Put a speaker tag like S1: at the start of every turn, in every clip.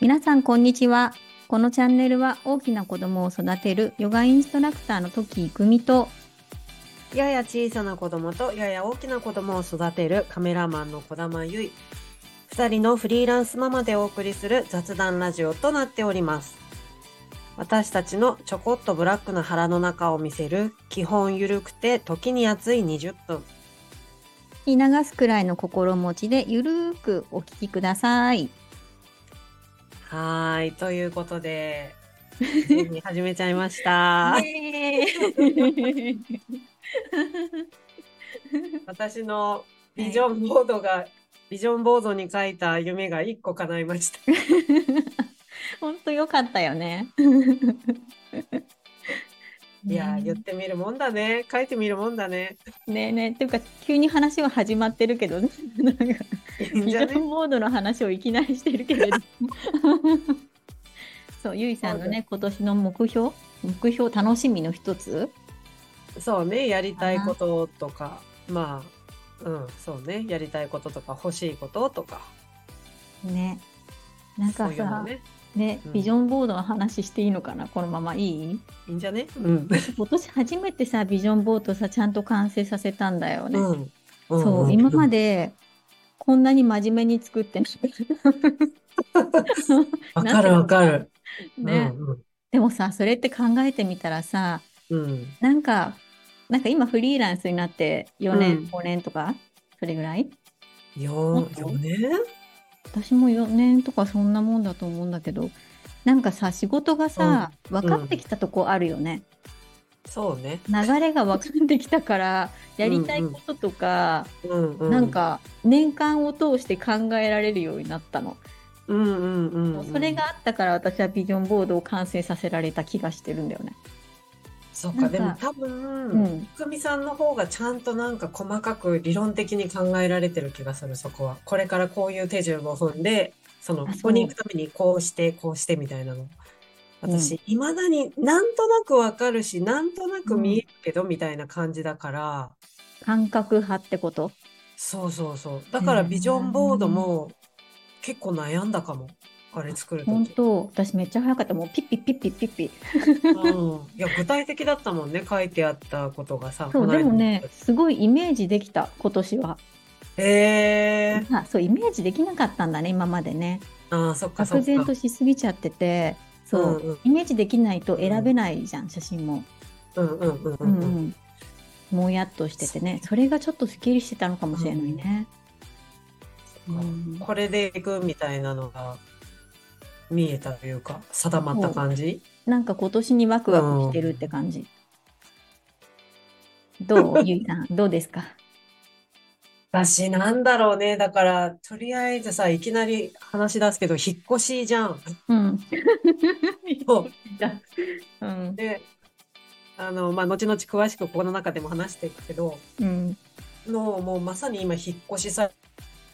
S1: 皆さんこんにちはこのチャンネルは大きな子供を育てるヨガインストラクターの時いくみと
S2: やや小さな子供とやや大きな子供を育てるカメラマンの児玉由衣2人のフリーランスママでお送りする雑談ラジオとなっております私たちのちょこっとブラックな腹の中を見せる基本ゆるくて時に熱い20分
S1: 見流すくらいの心持ちでゆるーくお聞きください
S2: はーいということでついに始めちゃい ました私のビジョンボードがビジョンボードに書いた夢が1個叶いました
S1: 本当よかったよね
S2: いやー言ってみるもんだね書いてみるもんだね
S1: ねえねえっていうか急に話は始まってるけどねなんか
S2: いいん
S1: ビ
S2: じ
S1: ジ
S2: ゃ
S1: ョ
S2: ね
S1: ンボードの話をいきなりしてるけ れどそうゆいさんの
S2: そうだ
S1: ね今年の目標目標楽しみの一つ
S2: そうねやりたいこととかまあうんそうねやりたいこととか欲しいこととか
S1: ねなん
S2: そ
S1: か
S2: ういうの
S1: さ
S2: ね
S1: ね、
S2: うん
S1: ビジョンボードの話していいのかなこのままいい
S2: いいんじゃねうん
S1: 今年初めてさビジョンボードさちゃんと完成させたんだよね、
S2: ん
S1: そう、今ま
S2: で
S1: でこんなに真面目に作ってなかった
S2: わかるわかる
S1: ね、
S2: うん
S1: でもさそれって考えてみたらさ
S2: うん
S1: なんかなんか今フリーランスになって4
S2: うん
S1: 年、五5年とかそれぐらい
S2: 四四年
S1: 私も4年とかそんなもんだと思うんだけどなんかさ仕事がさ、分かってきたとこあるよね、
S2: そうね
S1: 流れが分かってきたからやりたいこととか、
S2: うんうん
S1: なんか年間を通して考えられるようになったの、
S2: うんうんうんうん
S1: それがあったから私はビジョンボードを完成させられた気がしてるんだよね。
S2: そう
S1: な
S2: か
S1: んか
S2: でも多
S1: う
S2: 分
S1: ん
S2: くみさんの方がちゃんとなんか細かく理論的に考えられてる気がするそこはこれからこういう手順を踏んでその
S1: あ
S2: こ
S1: そう
S2: こに行くためにこうしてこうしてみたいなの
S1: う
S2: 私いまだになんとなくわかるしなんとなく見えるけどみたいな感じだから
S1: 感覚派ってこと
S2: そうそうそうだからビジョンボードも結構悩んだかもあれ作る
S1: 本
S2: 時
S1: 当私めっちゃ早かったもうピッピッピッピッピッピ
S2: うんいや具体的だったもんね書いてあったことがさ
S1: そう
S2: この
S1: で
S2: 間
S1: もねすごいイメージできた今年は
S2: へー
S1: あそうイメージできなかったんだね今までね
S2: ああ、そっかそっ
S1: 漠然
S2: か。
S1: としすぎちゃっててそう、
S2: うんうん
S1: イメージできないと選べないじゃん、写真も、
S2: うんうんうん
S1: う
S2: うん
S1: う
S2: んうん。
S1: ん、もやっとしててねそれがちょっとすっきりしてたのかもしれないね、うん
S2: これでいくみたいなのが見えたというか、定まった感じ。
S1: なんか今年にワクワクしてるって感じ、ど うゆいさんどうですか
S2: 私、なんだろうね。だから、とりあえずさ、いきなり話し出すけど、引っ越しじゃん。
S1: うん
S2: そう
S1: うん
S2: で、あの、まあ、後々詳しくここの中でも話していくけど、
S1: うん
S2: の、もうまさに今、引っ越し作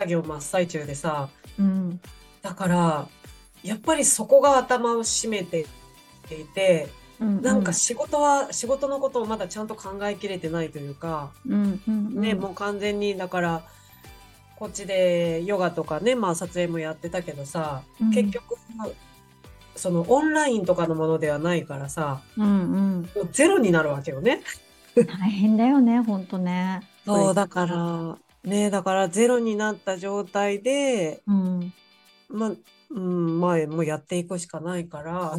S2: 業真っ最中でさ、
S1: うん
S2: だから、やっぱりそこが頭を占めていて、
S1: うん
S2: なんか仕事は仕事のことをまだちゃんと考えきれてないというか、
S1: うんうん
S2: ねもう完全にだからこっちでヨガとかね、まあ、撮影もやってたけどさ、
S1: うん
S2: 結局そのオンラインとかのものではないからさ
S1: うんうん
S2: もうゼロになるわけよね。
S1: 大変だよねほんとね
S2: そう
S1: れ
S2: だからねだからゼロになった状態で
S1: うん
S2: まあ、うん、まあもうやっていくしかないから。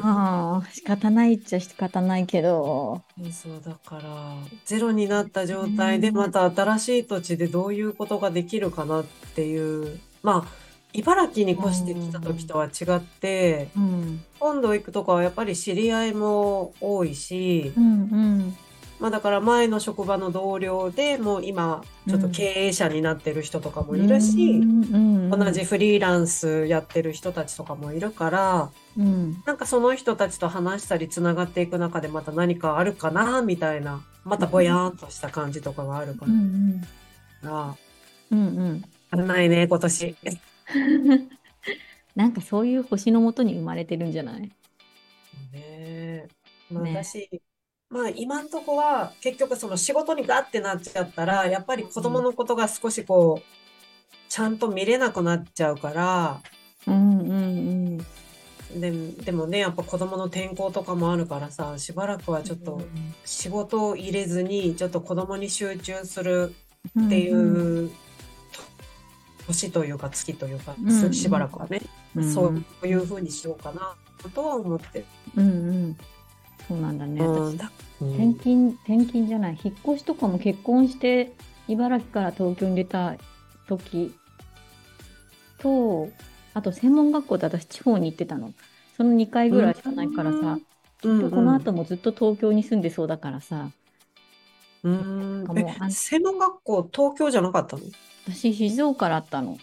S1: ああ仕方ないっちゃ仕方ないけど
S2: そうそうだからゼロになった状態で
S1: うん
S2: また新しい土地でどういうことができるかなっていうまあ茨城に越してきた時とは違って
S1: うん
S2: 本土行くとかはやっぱり知り合いも多いし
S1: うんうん
S2: まあだから前の職場の同僚でもう今ちょっと経営者になってる人とかもいるし同
S1: 同
S2: じフリーランスやってる人たちとかもいるから
S1: うん
S2: なんかその人たちと話したりつながっていく中でまた何かあるかなみたいなまたぼやーんとした感じとかがあるか
S1: うんうん
S2: ら、
S1: うんうん
S2: 足ん、ないね今年
S1: なんかそういう星のもとに生まれてるんじゃない
S2: ねまあ
S1: ね
S2: 私、まあ今んとこは結局その仕事にガッてなっちゃったらやっぱり子供のことが少しこうちゃんと見れなくなっちゃうから
S1: うんうんうん。
S2: ででもねやっぱ子供の転校とかもあるからさしばらくはちょっと仕事を入れずにちょっと子供に集中する
S1: っ
S2: ってい。う年というか月というか、
S1: うんうん
S2: しばらくはね、
S1: ん
S2: そういう風にしようかなとは思ってる。
S1: うんうん。そうなんだね。私
S2: うん
S1: 転勤、転勤じゃない。引っ越しとかも結婚して、茨城から東京に出た時と、あと専門学校で私地方に行ってたの。その2回ぐらいしかないからさ、
S2: うん
S1: この後もずっと東京に住んでそうだからさ、
S2: うん
S1: なんかもうあ
S2: え
S1: ん
S2: 専門学校東京じゃなかったの
S1: 私静岡だったの。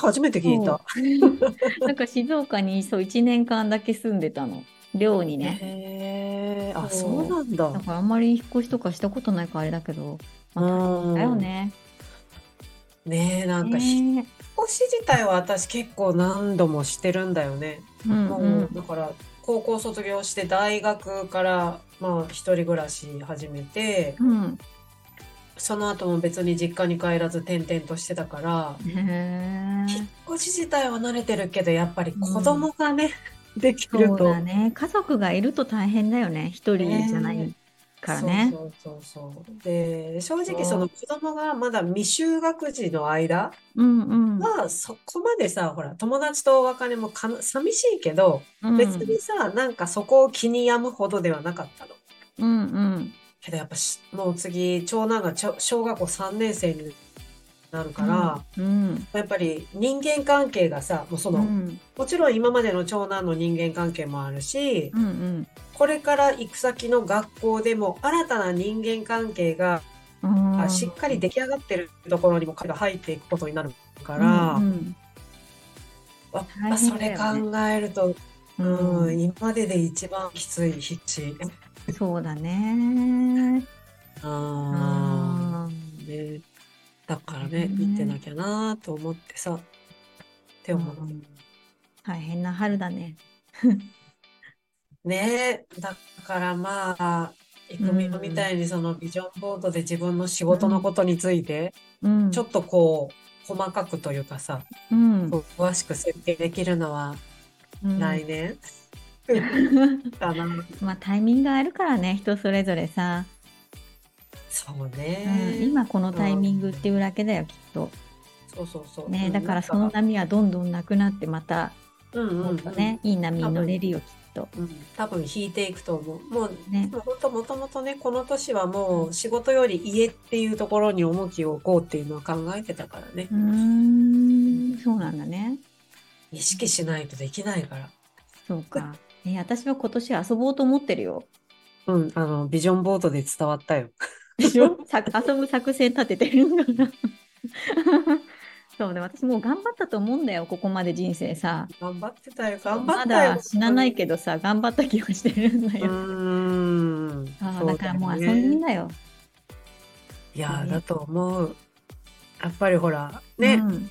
S2: 初めて聞いた。
S1: そう。 なんか静岡にそう1年間だけ住んでたの。寮にね。
S2: へえあ
S1: そ
S2: そううなんだ。
S1: だからあんまり引っ越しとかしたことないからあれだけど、まあ大変だよね。
S2: ねえなんか引っ
S1: ね
S2: 越し自体は私結構何度もしてるんだよね。
S1: うん
S2: も
S1: うん
S2: うだから高校卒業して大学からまあ一人暮らし始めて、
S1: うん。
S2: その後も別に実家に帰らず転々としてたから、
S1: へ
S2: 引
S1: ー
S2: っ越し自体は慣れてるけど、やっぱり子供がね、 できる
S1: そう
S2: と。
S1: だね。家族がいると大変だよね。一人じゃないからね。
S2: そうそうそうそう。で、正
S1: そ
S2: 直
S1: う
S2: その子供がまだ未就学児の間
S1: うんうん。
S2: は、そこまでさ、ほら、友達とお別れもかな寂しいけど、
S1: うん
S2: 別にさ、なんかそこを気に病むほどではなかったの。
S1: うんうん。
S2: けどやっぱし、もう次、長男がちょ小学校3年生になるから、
S1: うん。
S2: やっぱり人間関係がさ、もうそ
S1: うんう
S2: の、
S1: ん
S2: もちろん今までの長男の人間関係もあるし、
S1: うん
S2: これから行く先の学校でも新たな人間関係が
S1: うん。
S2: しっかり出来上がってるところにも彼が入っていくことになる
S1: た
S2: から、
S1: うん
S2: わ
S1: 大変
S2: そ
S1: だよね
S2: れ考えると、
S1: う
S2: うん
S1: んうん
S2: 今までで一番きつい必死。
S1: そうだね。
S2: あ
S1: あ
S2: ーね、だからね、
S1: ね
S2: 見てなきゃなと思ってさ、って
S1: ー
S2: 思う。
S1: うん大変な春だね。
S2: ねえ、だからまあ、いくみみたいにそのビジョンボードで自分の仕事のことについて、
S1: うん。
S2: ちょっとこう、細かくというかさ、
S1: うん。
S2: こう詳しく設定できるのは
S1: うん
S2: 来年かな。
S1: まあタイミングがあるからね人それぞれさ、
S2: そう
S1: うん、
S2: ね。
S1: 今このタイミングっていうだけだよきっと、
S2: そうそうそう。う
S1: ね、
S2: ん
S1: だからその、波はどんどんなくなってまた
S2: うんうん
S1: もっ
S2: うん
S1: とね、いい波に乗れるよきっと
S2: うん多分引いていくと思う。もう、
S1: ね
S2: もう本当もともとね、この年はもう仕事より家っていうところに重きを置こうっていうのは考えてたからね
S1: う。ーんそうなんだね
S2: 意識しないとできないから。
S1: そう か、え私は今年遊ぼうと思ってるよ
S2: うん、あの、ビジョンボードで伝わったよ。
S1: でしょ さ遊ぶ作戦立ててるんだから そうね私もう頑張ったと思うんだよここまで人生さ
S2: 頑張ってたよ、頑張
S1: ま
S2: ったよ。
S1: だ死なないけどさ頑張った気はしてるんだ
S2: う
S1: よ、
S2: ーん。
S1: あー
S2: そう
S1: だ
S2: だ
S1: か
S2: よ
S1: らもう遊
S2: ね
S1: んでんだよ。
S2: いやー、
S1: ね
S2: だと思う。やっぱりほら、ね、
S1: うん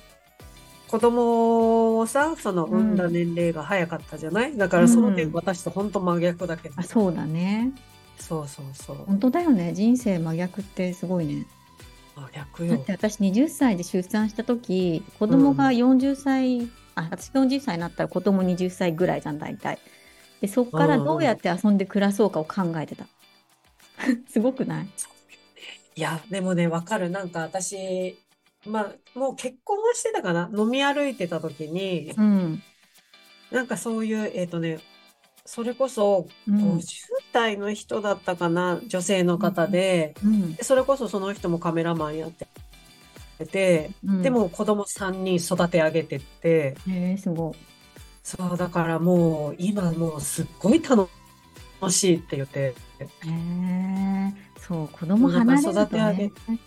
S2: 子供をさ、その
S1: うん
S2: 産んだ年齢が早かったじゃない、だからその点私と本当真逆だけど、
S1: あそうだね。
S2: そうそうそう。
S1: 本当だよね。人生真逆ってすごいね。
S2: 真逆
S1: だっ
S2: よ
S1: て。私20歳で出産した時子供が40歳、あ私が40歳になったら子供20歳ぐらいじゃん大体。でそこからどうやって遊んで暮らそうかを考えてた。 すごくない
S2: いや、でもね、わかる。なんか私、まあ、もう結婚はしてたかな飲み歩いてた時に、
S1: うん。
S2: なんかそういう、えっ、とね、それこそ
S1: うん
S2: 50。代の人だったかな、女性の方で、
S1: うん
S2: でそれこそその人もカメラマンやってて、
S1: うん、
S2: で。も子供3人育て上げてって、
S1: へえすごい。
S2: そうだからもう今もうすっごい楽しいって言って、
S1: へえそう子供離れると
S2: なんか
S1: ね
S2: 育。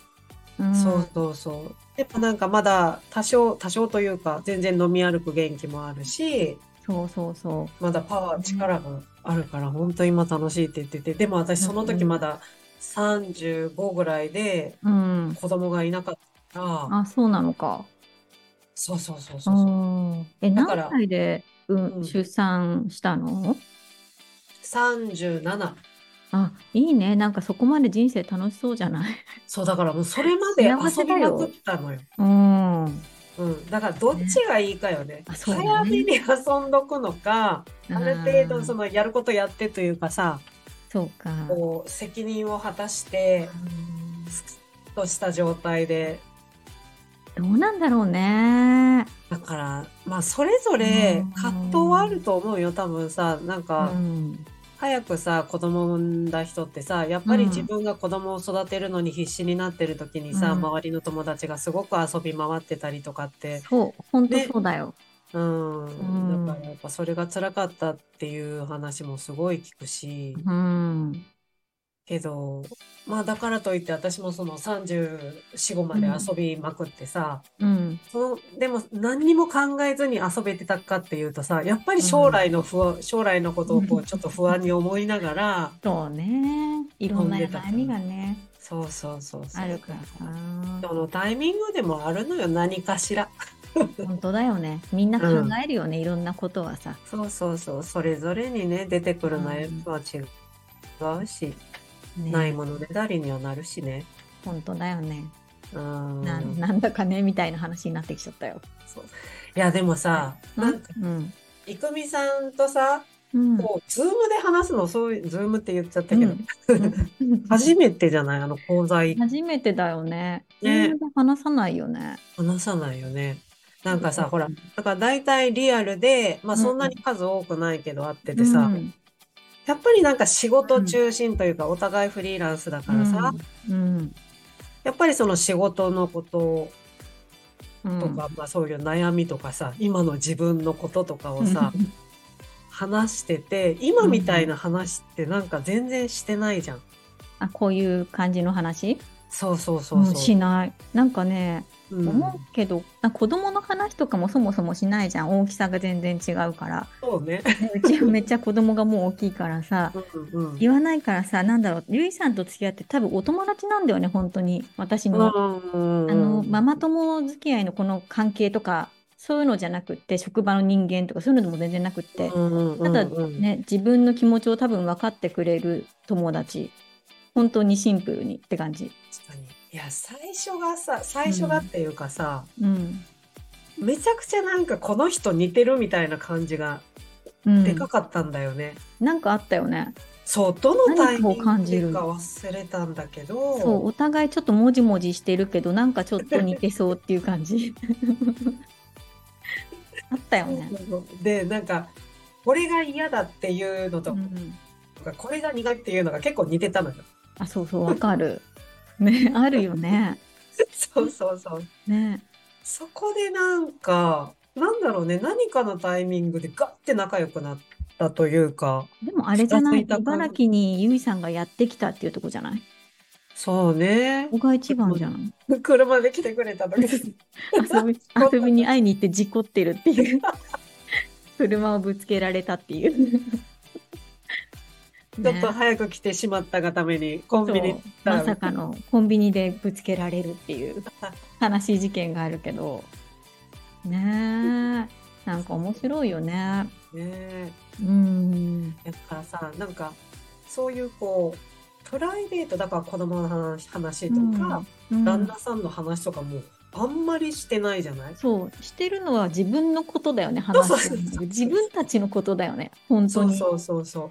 S1: うん
S2: そうそうそうでもなんかまだ多少多少というか全然飲み歩く元気もあるし
S1: そうそうそう。
S2: まだパワ
S1: う
S2: ー
S1: ん
S2: 力があるから本当今楽しいって言っててでも私その時まだ35ぐらいで
S1: うん、
S2: 子供がいなかったから
S1: あそうなのか。
S2: そうそうそうそうそう
S1: うんえ
S2: だ
S1: 何
S2: から
S1: 歳で、うん
S2: うん
S1: 出産したの
S2: 37
S1: あいいねなんかそこまで人生楽しそうじゃない。
S2: そうだからもうそれまで
S1: 幸せ
S2: 遊び
S1: だ
S2: ま
S1: よ
S2: くったのよ
S1: うん、
S2: うん、だからどっちがいいかよね。
S1: あそうだね
S2: 早めに遊んどくのか、ある程度そ
S1: の
S2: のやることやってというかさ、
S1: そうか
S2: こう責任を果たして
S1: うん
S2: スキッとした状態で、
S1: どうなんだろうね
S2: だからまあそれぞれ葛藤はあると思うよ。多分さ、なん
S1: う
S2: か
S1: ん
S2: 早くさ子供を産んだ人ってさ、やっぱり
S1: うん
S2: 自分が子供を育てるのに必死になってる時にさ、
S1: うん
S2: 周りの友達がすごく遊び回ってたりとかって。
S1: そう本当
S2: ね
S1: そうだよ、
S2: うん、
S1: ん
S2: だからやっぱそれが辛かったっていう話もすごい聞くし、
S1: うん
S2: けど、まあだからといって私もその34、5まで遊びまくってさ、
S1: うん
S2: そのでも何にも考えずに遊べてたかっていうとさ、やっぱり将来の不安、将来のことをこ
S1: う
S2: うちょっと不安に思いながら、
S1: そうねいろんな
S2: 飛んでたから
S1: 悩みがね
S2: そうそうそうそう。
S1: あるからさ
S2: そのタイミングでもあるのよ、何かしら。
S1: 本当だよねみんな考えるよね、いろんなことはさ
S2: そうそうそう、それぞれにね、出てくる悩みは違うし、
S1: ね
S2: ないものねだりにはなるしね。
S1: 本当だよね、
S2: うん
S1: ななんだかねみたいな話になってきちゃったよ
S2: そういやでもさ、なんか
S1: うん
S2: いくみさんとさ、
S1: うん
S2: こうズームで話すのそういうズームって言っちゃったけど、
S1: うん
S2: 初めてじゃないあの講座
S1: 初めてだよね
S2: ね
S1: ね話さないよね
S2: 話さないよね。なんかさ、ほら、だから大体リアルで、まあ
S1: うん
S2: そんなに数多くないけどあっててさ、
S1: うん
S2: やっぱりなんか仕事中心というか、お互いフリーランスだからさ、
S1: うん
S2: やっぱりその仕事のこと
S1: うん
S2: とか、まあそういう悩みとかさ、今の自分のこととかをさ、話してて今みたいな話ってなんか全然してないじゃん。
S1: あこういう感じの話
S2: そうそうそう
S1: うんし
S2: そう。
S1: ないなんかね、
S2: うん
S1: 思うけどなんか子供の話とかもそもそもしないじゃん大きさが全然違うから
S2: そうね。
S1: ねうちはめっちゃ子供がもう大きいからさ
S2: うんうん。
S1: 言わないからさなんだろうゆいさんと付き合って多分お友達なんだよね本当に私の、
S2: うん
S1: あのママ友付き合いのこの関係とかそういうのじゃなくって職場の人間とかそういうのでも全然なくって、
S2: うん
S1: ただ
S2: うんうん
S1: ね自分の気持ちを多分分かってくれる友達本当にシンプルにって感じ
S2: 確かにいや最初がさ最初がっていうかさ、
S1: うん、
S2: めちゃくちゃなんかこの人似てるみたいな感じが
S1: うん、
S2: でかかったんだよね。
S1: なんかあったよね
S2: そうどのタイミン
S1: 何かを感
S2: グ
S1: じる
S2: か忘れたんだけ
S1: そう
S2: ど
S1: お互いちょっともじもじしてるけどなんかちょっと似てそうっていう感じ あったよね、
S2: でなんかこれが嫌だっていうの
S1: う
S2: と
S1: ん、
S2: か、これが苦いっていうのが結構似てたのよ。
S1: あそうそうわかるねあるよね
S2: そうそうそう。
S1: ね
S2: そこでなんか、なんだろうね、何かのタイミングでガッて仲良くなったというか、
S1: でもあれじゃない
S2: 近づいた感じ
S1: 茨城にゆいさんがやってきたっていうとこじゃない
S2: そうね
S1: こ、こが一番じゃない
S2: 車で来てくれた時
S1: 遊び遊びに会いに行って事故ってるっていう車をぶつけられたっていう
S2: ちょっと早く来てしまったがためにコンビニ行っ
S1: そう
S2: たら
S1: まさかのコンビニでぶつけられるっていう悲しい事件があるけどねえなんか面白いよね
S2: ね。
S1: うん
S2: だからさ、なんか、そういうこう、プライベート、だから子供の話話とか、
S1: うん
S2: 旦那さんの話とかも、あんまりしてないじゃない
S1: そうしてるのは自分のことだよね
S2: そうそう
S1: 話してるの
S2: そう
S1: 自分たちのことだよね本当
S2: そう
S1: に
S2: そうそうそう。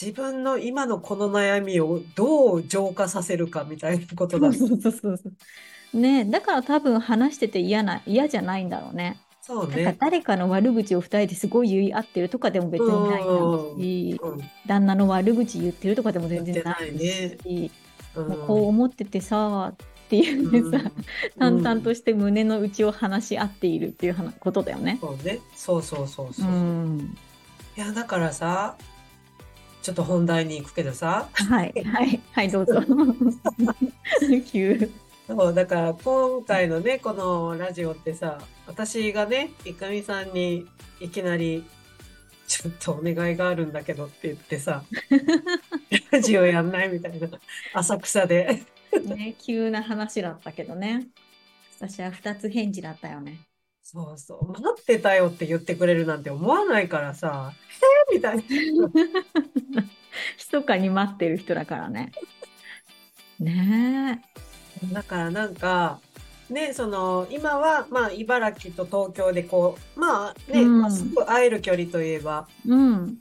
S2: 自分の今のこの悩みをどう浄化させるかみたいなことだ。
S1: そうそうそうそうねえだから多分話してて嫌な嫌じゃないんだろうね
S2: そう
S1: なんか
S2: ね。
S1: 誰かの悪口を2人ですごい言い合ってるとかでも別にないだろうし
S2: うん、
S1: 旦那の悪口言ってるとかでも全
S2: 言
S1: 然
S2: って
S1: な
S2: ない
S1: い
S2: ね。
S1: し、
S2: うん
S1: もうこう思っててさっていう
S2: う
S1: ね
S2: ん
S1: さ、淡々として胸の内を話し合っているっていう話ことだよね。
S2: そうね。そうそうそう
S1: う
S2: そう。
S1: ん、
S2: いや、だからさ、ちょっと本題に行くけどさ、
S1: はいはいはいどう ぞ。急
S2: そうだから今回のね、このラジオってさ、私がね、いかみさんにいきなり、ちょっとお願いがあるんだけどって言って さ、ラジオやんないみたいな、浅草で。
S1: ね急な話だったけどね。私は二つ返事だったよね。
S2: そうそう、待ってたよって言ってくれるなんて思わないからさ、え ーみたいな。
S1: 密かに待ってる人だからね。ね
S2: だからなんか、ね、その今は、まあ、茨城と東京でこうまあね、
S1: うん
S2: まあすぐ会える距離といえば
S1: うん、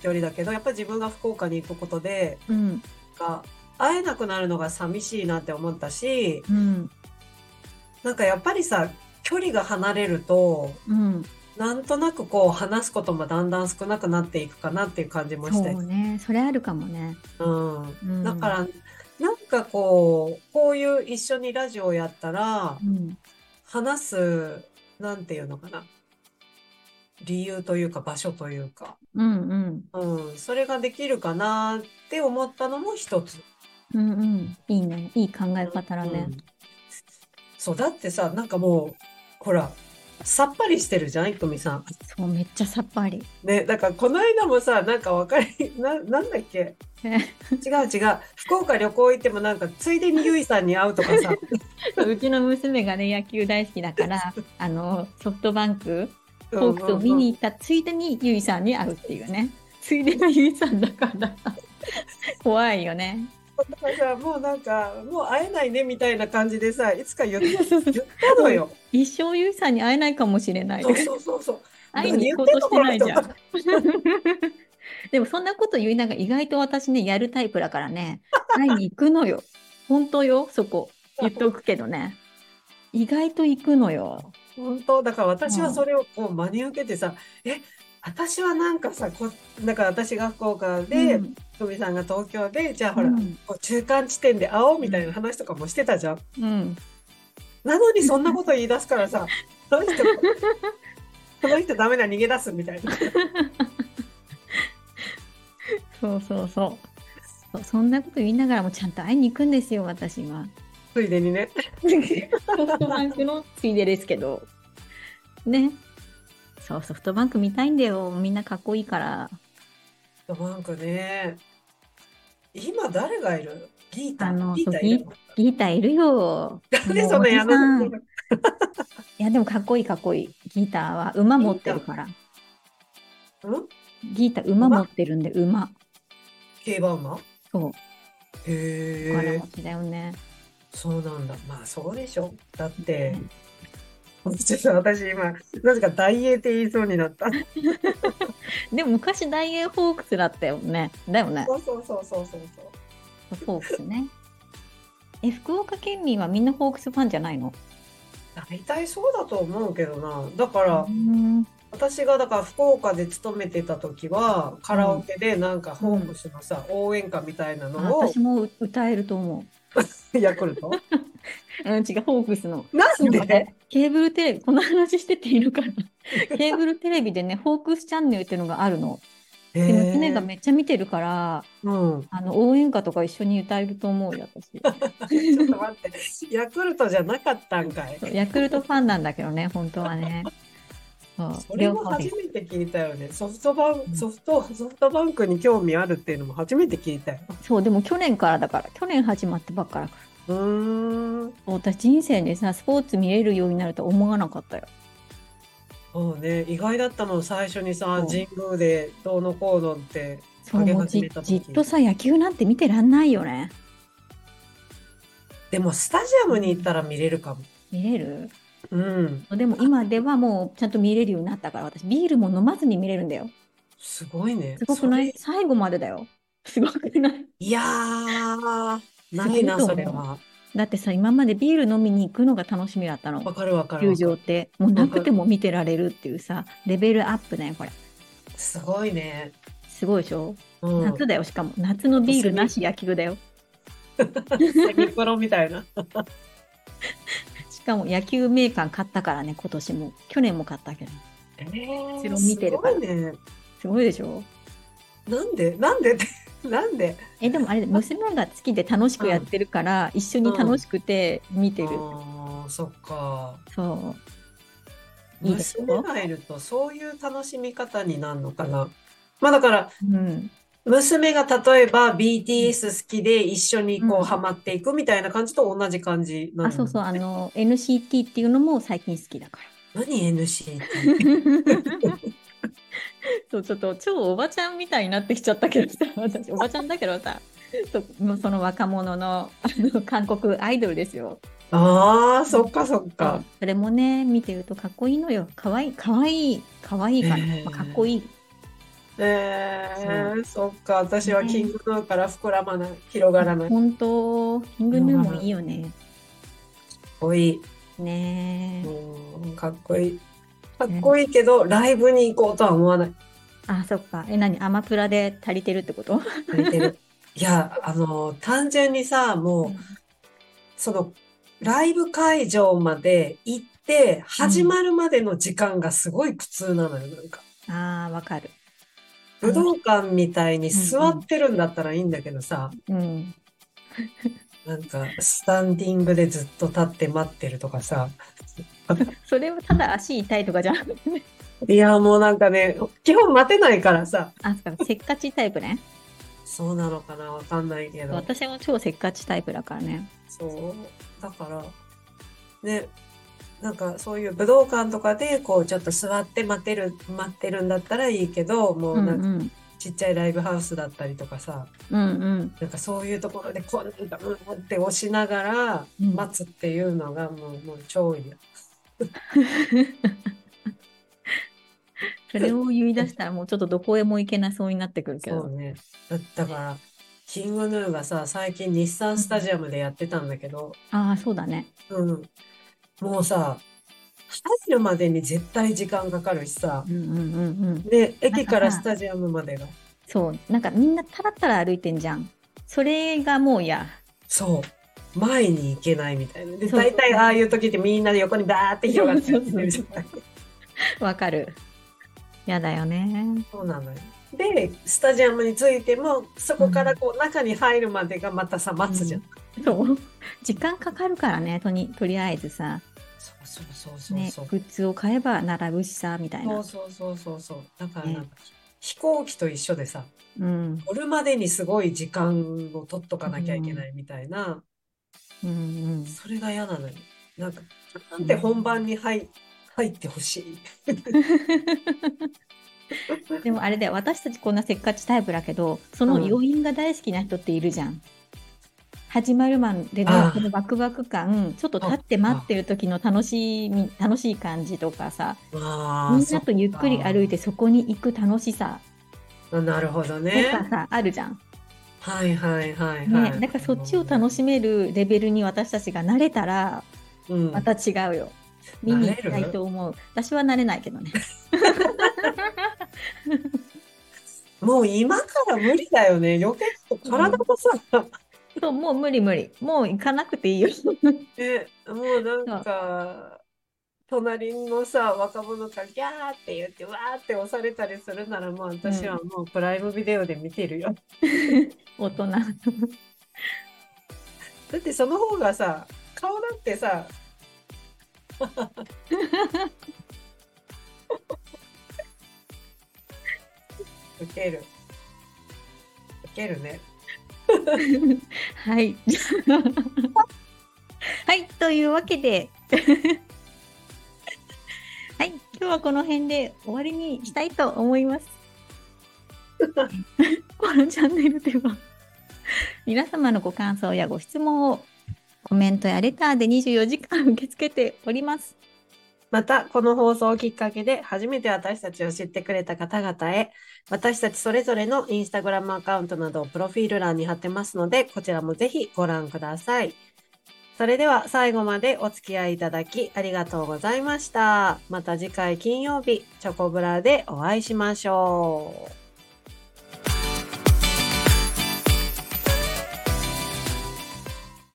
S2: 距離だけどやっぱり自分が福岡に行くことで
S1: うん、
S2: が会えなくなるのが寂しいなって思ったし
S1: うん、
S2: なんかやっぱりさ距離が離れると
S1: うん。
S2: なんとなくこう話すこともだんだん少なくなっていくかなっていう感じも
S1: そ
S2: したり
S1: うね、それあるかもね。
S2: うん
S1: うん、
S2: だから、なんかこう、こういう一緒にラジオをやったら
S1: う、ん、
S2: 話す、なんていうのかな。理由というか場所というか、
S1: うん、うん、
S2: うん、それができるかなって思ったのも一つ。
S1: うん、うん、いいね、いい考え方だね
S2: う。んそう、だってさ、なんかもう、ほら、さっぱりしてるじゃん、いくみさん。
S1: そう、めっちゃさっぱり。
S2: ね、だからこの間もさ、なんかわかり、 な、なんだっけ。違う違う。福岡旅行行ってもなんか、ついでにゆいさんに会うと かさ、
S1: うちの娘がね、野球大好きだから、あの、ソフトバンク、ホークスを見に行ったついでにゆいさんに会うっていうね。ついでがゆいさんだから、怖いよ ね。
S2: だからさもうなんかもう会えないねみたいな感じでさいつか言っ言ったの
S1: の
S2: よ。
S1: 一生ゆいさんに会えないかもしれない。
S2: そうそうそうそう。
S1: 会いに行こうとしてないじゃ
S2: 何
S1: ん。でもそんなこと言いながら意外と私ねやるタイプだからね会いに行くのよ。本当よそこ言っとくけどね。意外と行くのよ。
S2: 本当だから私
S1: う
S2: は
S1: ん
S2: それをこう真に受けてさ、え私はなんかさこなんか私が福岡
S1: う
S2: で
S1: ん
S2: 久美、さんが東京でじゃあほら、
S1: うん
S2: こう中間地点で会おうみたいな話とかもしてたじゃん。
S1: うん
S2: なのにそんなこと言い出すか らさこの人この人ダメだ逃げ出すみたいな。
S1: そうそうそうそ。そんなこと言いながらもちゃんと会いに行くんですよ私は。
S2: ついでにね。
S1: ソフトバンクのついでですけど。ね。そうソフトバンク見たいんだよみんなかっこいいから。
S2: なんかね今誰がいるギータ
S1: あの
S2: ギータいる
S1: ギータいるよ。
S2: なんでそんなや
S1: も
S2: な
S1: うおじさんいやでもかっこいいかっこいい。ギターは馬持ってるから。
S2: うん
S1: ギータ馬
S2: 馬
S1: 持ってるんで馬。
S2: 競馬馬
S1: そう。
S2: へ
S1: お金
S2: え
S1: 持ちだよね。
S2: そうなんだまあそうでしょだってちょっと私今なぜか大英って言いそうになった
S1: でも昔ダイエーホークスだったよね。だよね。
S2: そうそうそうそうそうそう
S1: ホークスね。え、福岡県民はみんなホークスファンじゃないの
S2: 大体そうだと思うけどなだか
S1: う
S2: ら
S1: ん。
S2: 私がだから福岡で勤めてた時はカラオケでなんかホームスのさ、応援歌みたいな
S1: あ
S2: のを
S1: 私も歌えると思
S2: ヤクルト
S1: う。うん、違う、ホークスの。
S2: なん
S1: なんか
S2: で
S1: ねケーブルテレビ、この話してているから。 ケーブルテレビでね、ホークスチャンネルっていうのがあるの。
S2: へ
S1: で、
S2: ー
S1: 娘がめっちゃ見てるから、
S2: うん
S1: あの応援歌とか一緒に歌えると思うよ、私。
S2: ちょっと待って、ヤクルトじゃなかったんかい。
S1: そうヤクルトファンなんだけどね、本当はね。そう
S2: それも
S1: で
S2: 初めて聞いたよね。ソフトバン
S1: う
S2: ク、
S1: ん
S2: ソフト、ソフトバンクに興味あるっていうのも初めて聞いたよ。
S1: そう、でも去年からだから、去年始まったばっかだから。
S2: うーん。
S1: そう私人生でさ、スポーツ見れるようになるとは思わなかったよ。
S2: そうね、意外だったもん、最初にさ
S1: う、ん
S2: 神宮でどうのこうのって。
S1: そう、
S2: 影
S1: も
S2: が
S1: う
S2: 決め
S1: じ
S2: た
S1: じ
S2: 時
S1: っとさ、野球なんて見てらんないよね。
S2: でも、スタジアムに行ったら見れるかも。
S1: 見れる
S2: うん。
S1: でも今ではもうちゃんと見れるようになったから、私ビールも飲まずに見れるんだよ。
S2: すごいね。
S1: すごくない
S2: それ
S1: 最後までだよ。すごくない
S2: いやー、ないな、
S1: すご
S2: そ
S1: いと思う
S2: れは。
S1: だってさ、今までビール飲みに行くのが楽しみだったの。
S2: わかるわかる
S1: 球場ってもうなくても見てられるっていうさレベルアップだよこれ
S2: すごいね。
S1: すごいでしょ、
S2: うん。
S1: 夏だよしかも夏のビールなし野球だよ
S2: セミプロみた いな。
S1: しかも野球メーカー買ったからね今年も去年も買ったけど
S2: えー
S1: それを見てるから
S2: すごいね。
S1: すごいでしょ
S2: なんでなんでって なんで
S1: えでもあれ娘が好きで楽しくやってるから、一緒に楽しくて見てる、
S2: あーそっか
S1: そいいですよ
S2: 娘がいるとそういう楽しみ方になるのかなまあだから
S1: ううん
S2: 娘が例えば BTS 好きで一緒に
S1: う
S2: こうんハマっていくみたいな感じと同じ感じなの
S1: あそうそうあの NCT っていうのも最近好きだから
S2: 何 NC って
S1: そうちょっと超おばちゃんみたいになってきちゃったけどさ私 おばちゃんだけどさそうもうその若者のあの韓国アイドルですよ
S2: ああ、そっかそっ
S1: そ
S2: か
S1: う。それもね見てるとかっこいいのよかわいいかわいいかわいいかな、
S2: へー
S1: まあかっこいい
S2: えー、そっか。私はキングヌーから膨らまない、広がらない。かっ
S1: 本当キングヌーもいいよね
S2: こいい。
S1: ねえ
S2: うんかっこいい。かっこいいけど、ライブに行こうとは思わない。
S1: あそっかえ何アマプラで足りてるってこと
S2: 足りてるいや、あの、単純にさ、もう、その、ライブ会場まで行って、始まるまでの時間がすごい苦痛なのよ、なんか。
S1: あーわかる
S2: 武道館みたいに座ってるんだったらいいんだけどさ、
S1: うん
S2: なんか、スタンディングでずっと立って待ってるとかさ。
S1: それはただ足痛いとかじゃん
S2: いや、もうなんかね、基本待てないからさ。
S1: あそっかせっかちタイプね
S2: そうなのかなわかんないけど。
S1: 私も超せっかちタイプだからね
S2: そう。だから、ね、なんかそういう武道館とかで、こう、ちょっと座って待てる、待ってるんだったらいいけど、も
S1: う
S2: うん
S1: う
S2: なんか
S1: ん
S2: ちっちゃいライブハウスだったりとかさ、
S1: うんうん
S2: なんかそういうところでこうなんかうんって押しながら
S1: うん
S2: 待つっていうのがもう,、もう超いいよ。
S1: それを言い出したらもうちょっとどこへも行けなそうになってくるけ
S2: そう
S1: ど
S2: ね。だだから、キングヌーがさ、最近日産スタジアムでやってたんだけど、
S1: ああそうだね
S2: うん。もうさ、入るまでに絶対時間かかるしさ、
S1: うんうんうんうん
S2: で、駅からスタジアムまでが。
S1: そうなんかみんなタラタラ歩いてんじゃんそれがもう嫌
S2: そう。前に行けないみたいな。で、
S1: そう
S2: 大体ああいう時ってみんなで横にバーって広がってるじゃない。
S1: わかる嫌だよね
S2: そうなのよ。で、スタジアムに着いても、そこからこう中に入るまでがまたさ、待つじゃん。
S1: そう時間かかるからねとにとりあえずさ、
S2: そうそうそうそう
S1: ね、
S2: そう。
S1: グッズを買えば並ぶしさみたい
S2: そ
S1: な
S2: うそうそうそうそう。だから
S1: ね
S2: なんか、飛行機と一緒でさ、
S1: うん
S2: 乗るまでにすごい時間を取っとかなきゃいけないみたいな、
S1: うんうん
S2: それが嫌なのよ。なんか、なんで本番に入入ってほしい。
S1: でもあれだよ私たちこんなせっかちタイプだけどその余韻が大好きな人っているじゃん、始まるまで
S2: あ
S1: の
S2: あ
S1: このワクワク感ちょっと立って待ってる時の楽しみ楽しい感じとかさ
S2: あ
S1: みん
S2: あ、
S1: なとゆっくり歩いてそこに行く楽しさ
S2: そっかなるほど
S1: と
S2: ね。
S1: かさあるじゃん、
S2: はいはいはいは
S1: ね
S2: い。
S1: だからそっちを楽しめるレベルに私たちが慣れたら
S2: うん、
S1: また違うよ、見に行きたいと思う私は慣れないけどね
S2: もう今から無理だよね。余計ちょっと体もさ、
S1: そうもう無理無理もう行かなくていいよ
S2: ね、もうなんか、隣のさ、若者がギャーって言って、わーって押されたりするなら、もう私はもうプライムビデオで見てるよ。
S1: 大人
S2: だってその方がさ、顔だってさ、受ける。受けるね。
S1: はい。 はい、というわけで。 はい、今日はこの辺で終わりにしたいと思います。このチャンネルでは、皆様のご感想やご質問をコメントやレターで24時間受け付けております。
S2: また、この放送をきっかけで、初めて私たちを知ってくれた方々へ、私たちそれぞれのインスタグラムアカウントなどをプロフィール欄に貼ってますので、こちらもぜひご覧ください。それでは最後までお付き合いいただきありがとうございました。また次回金曜日、チョコブラでお会いしましょう。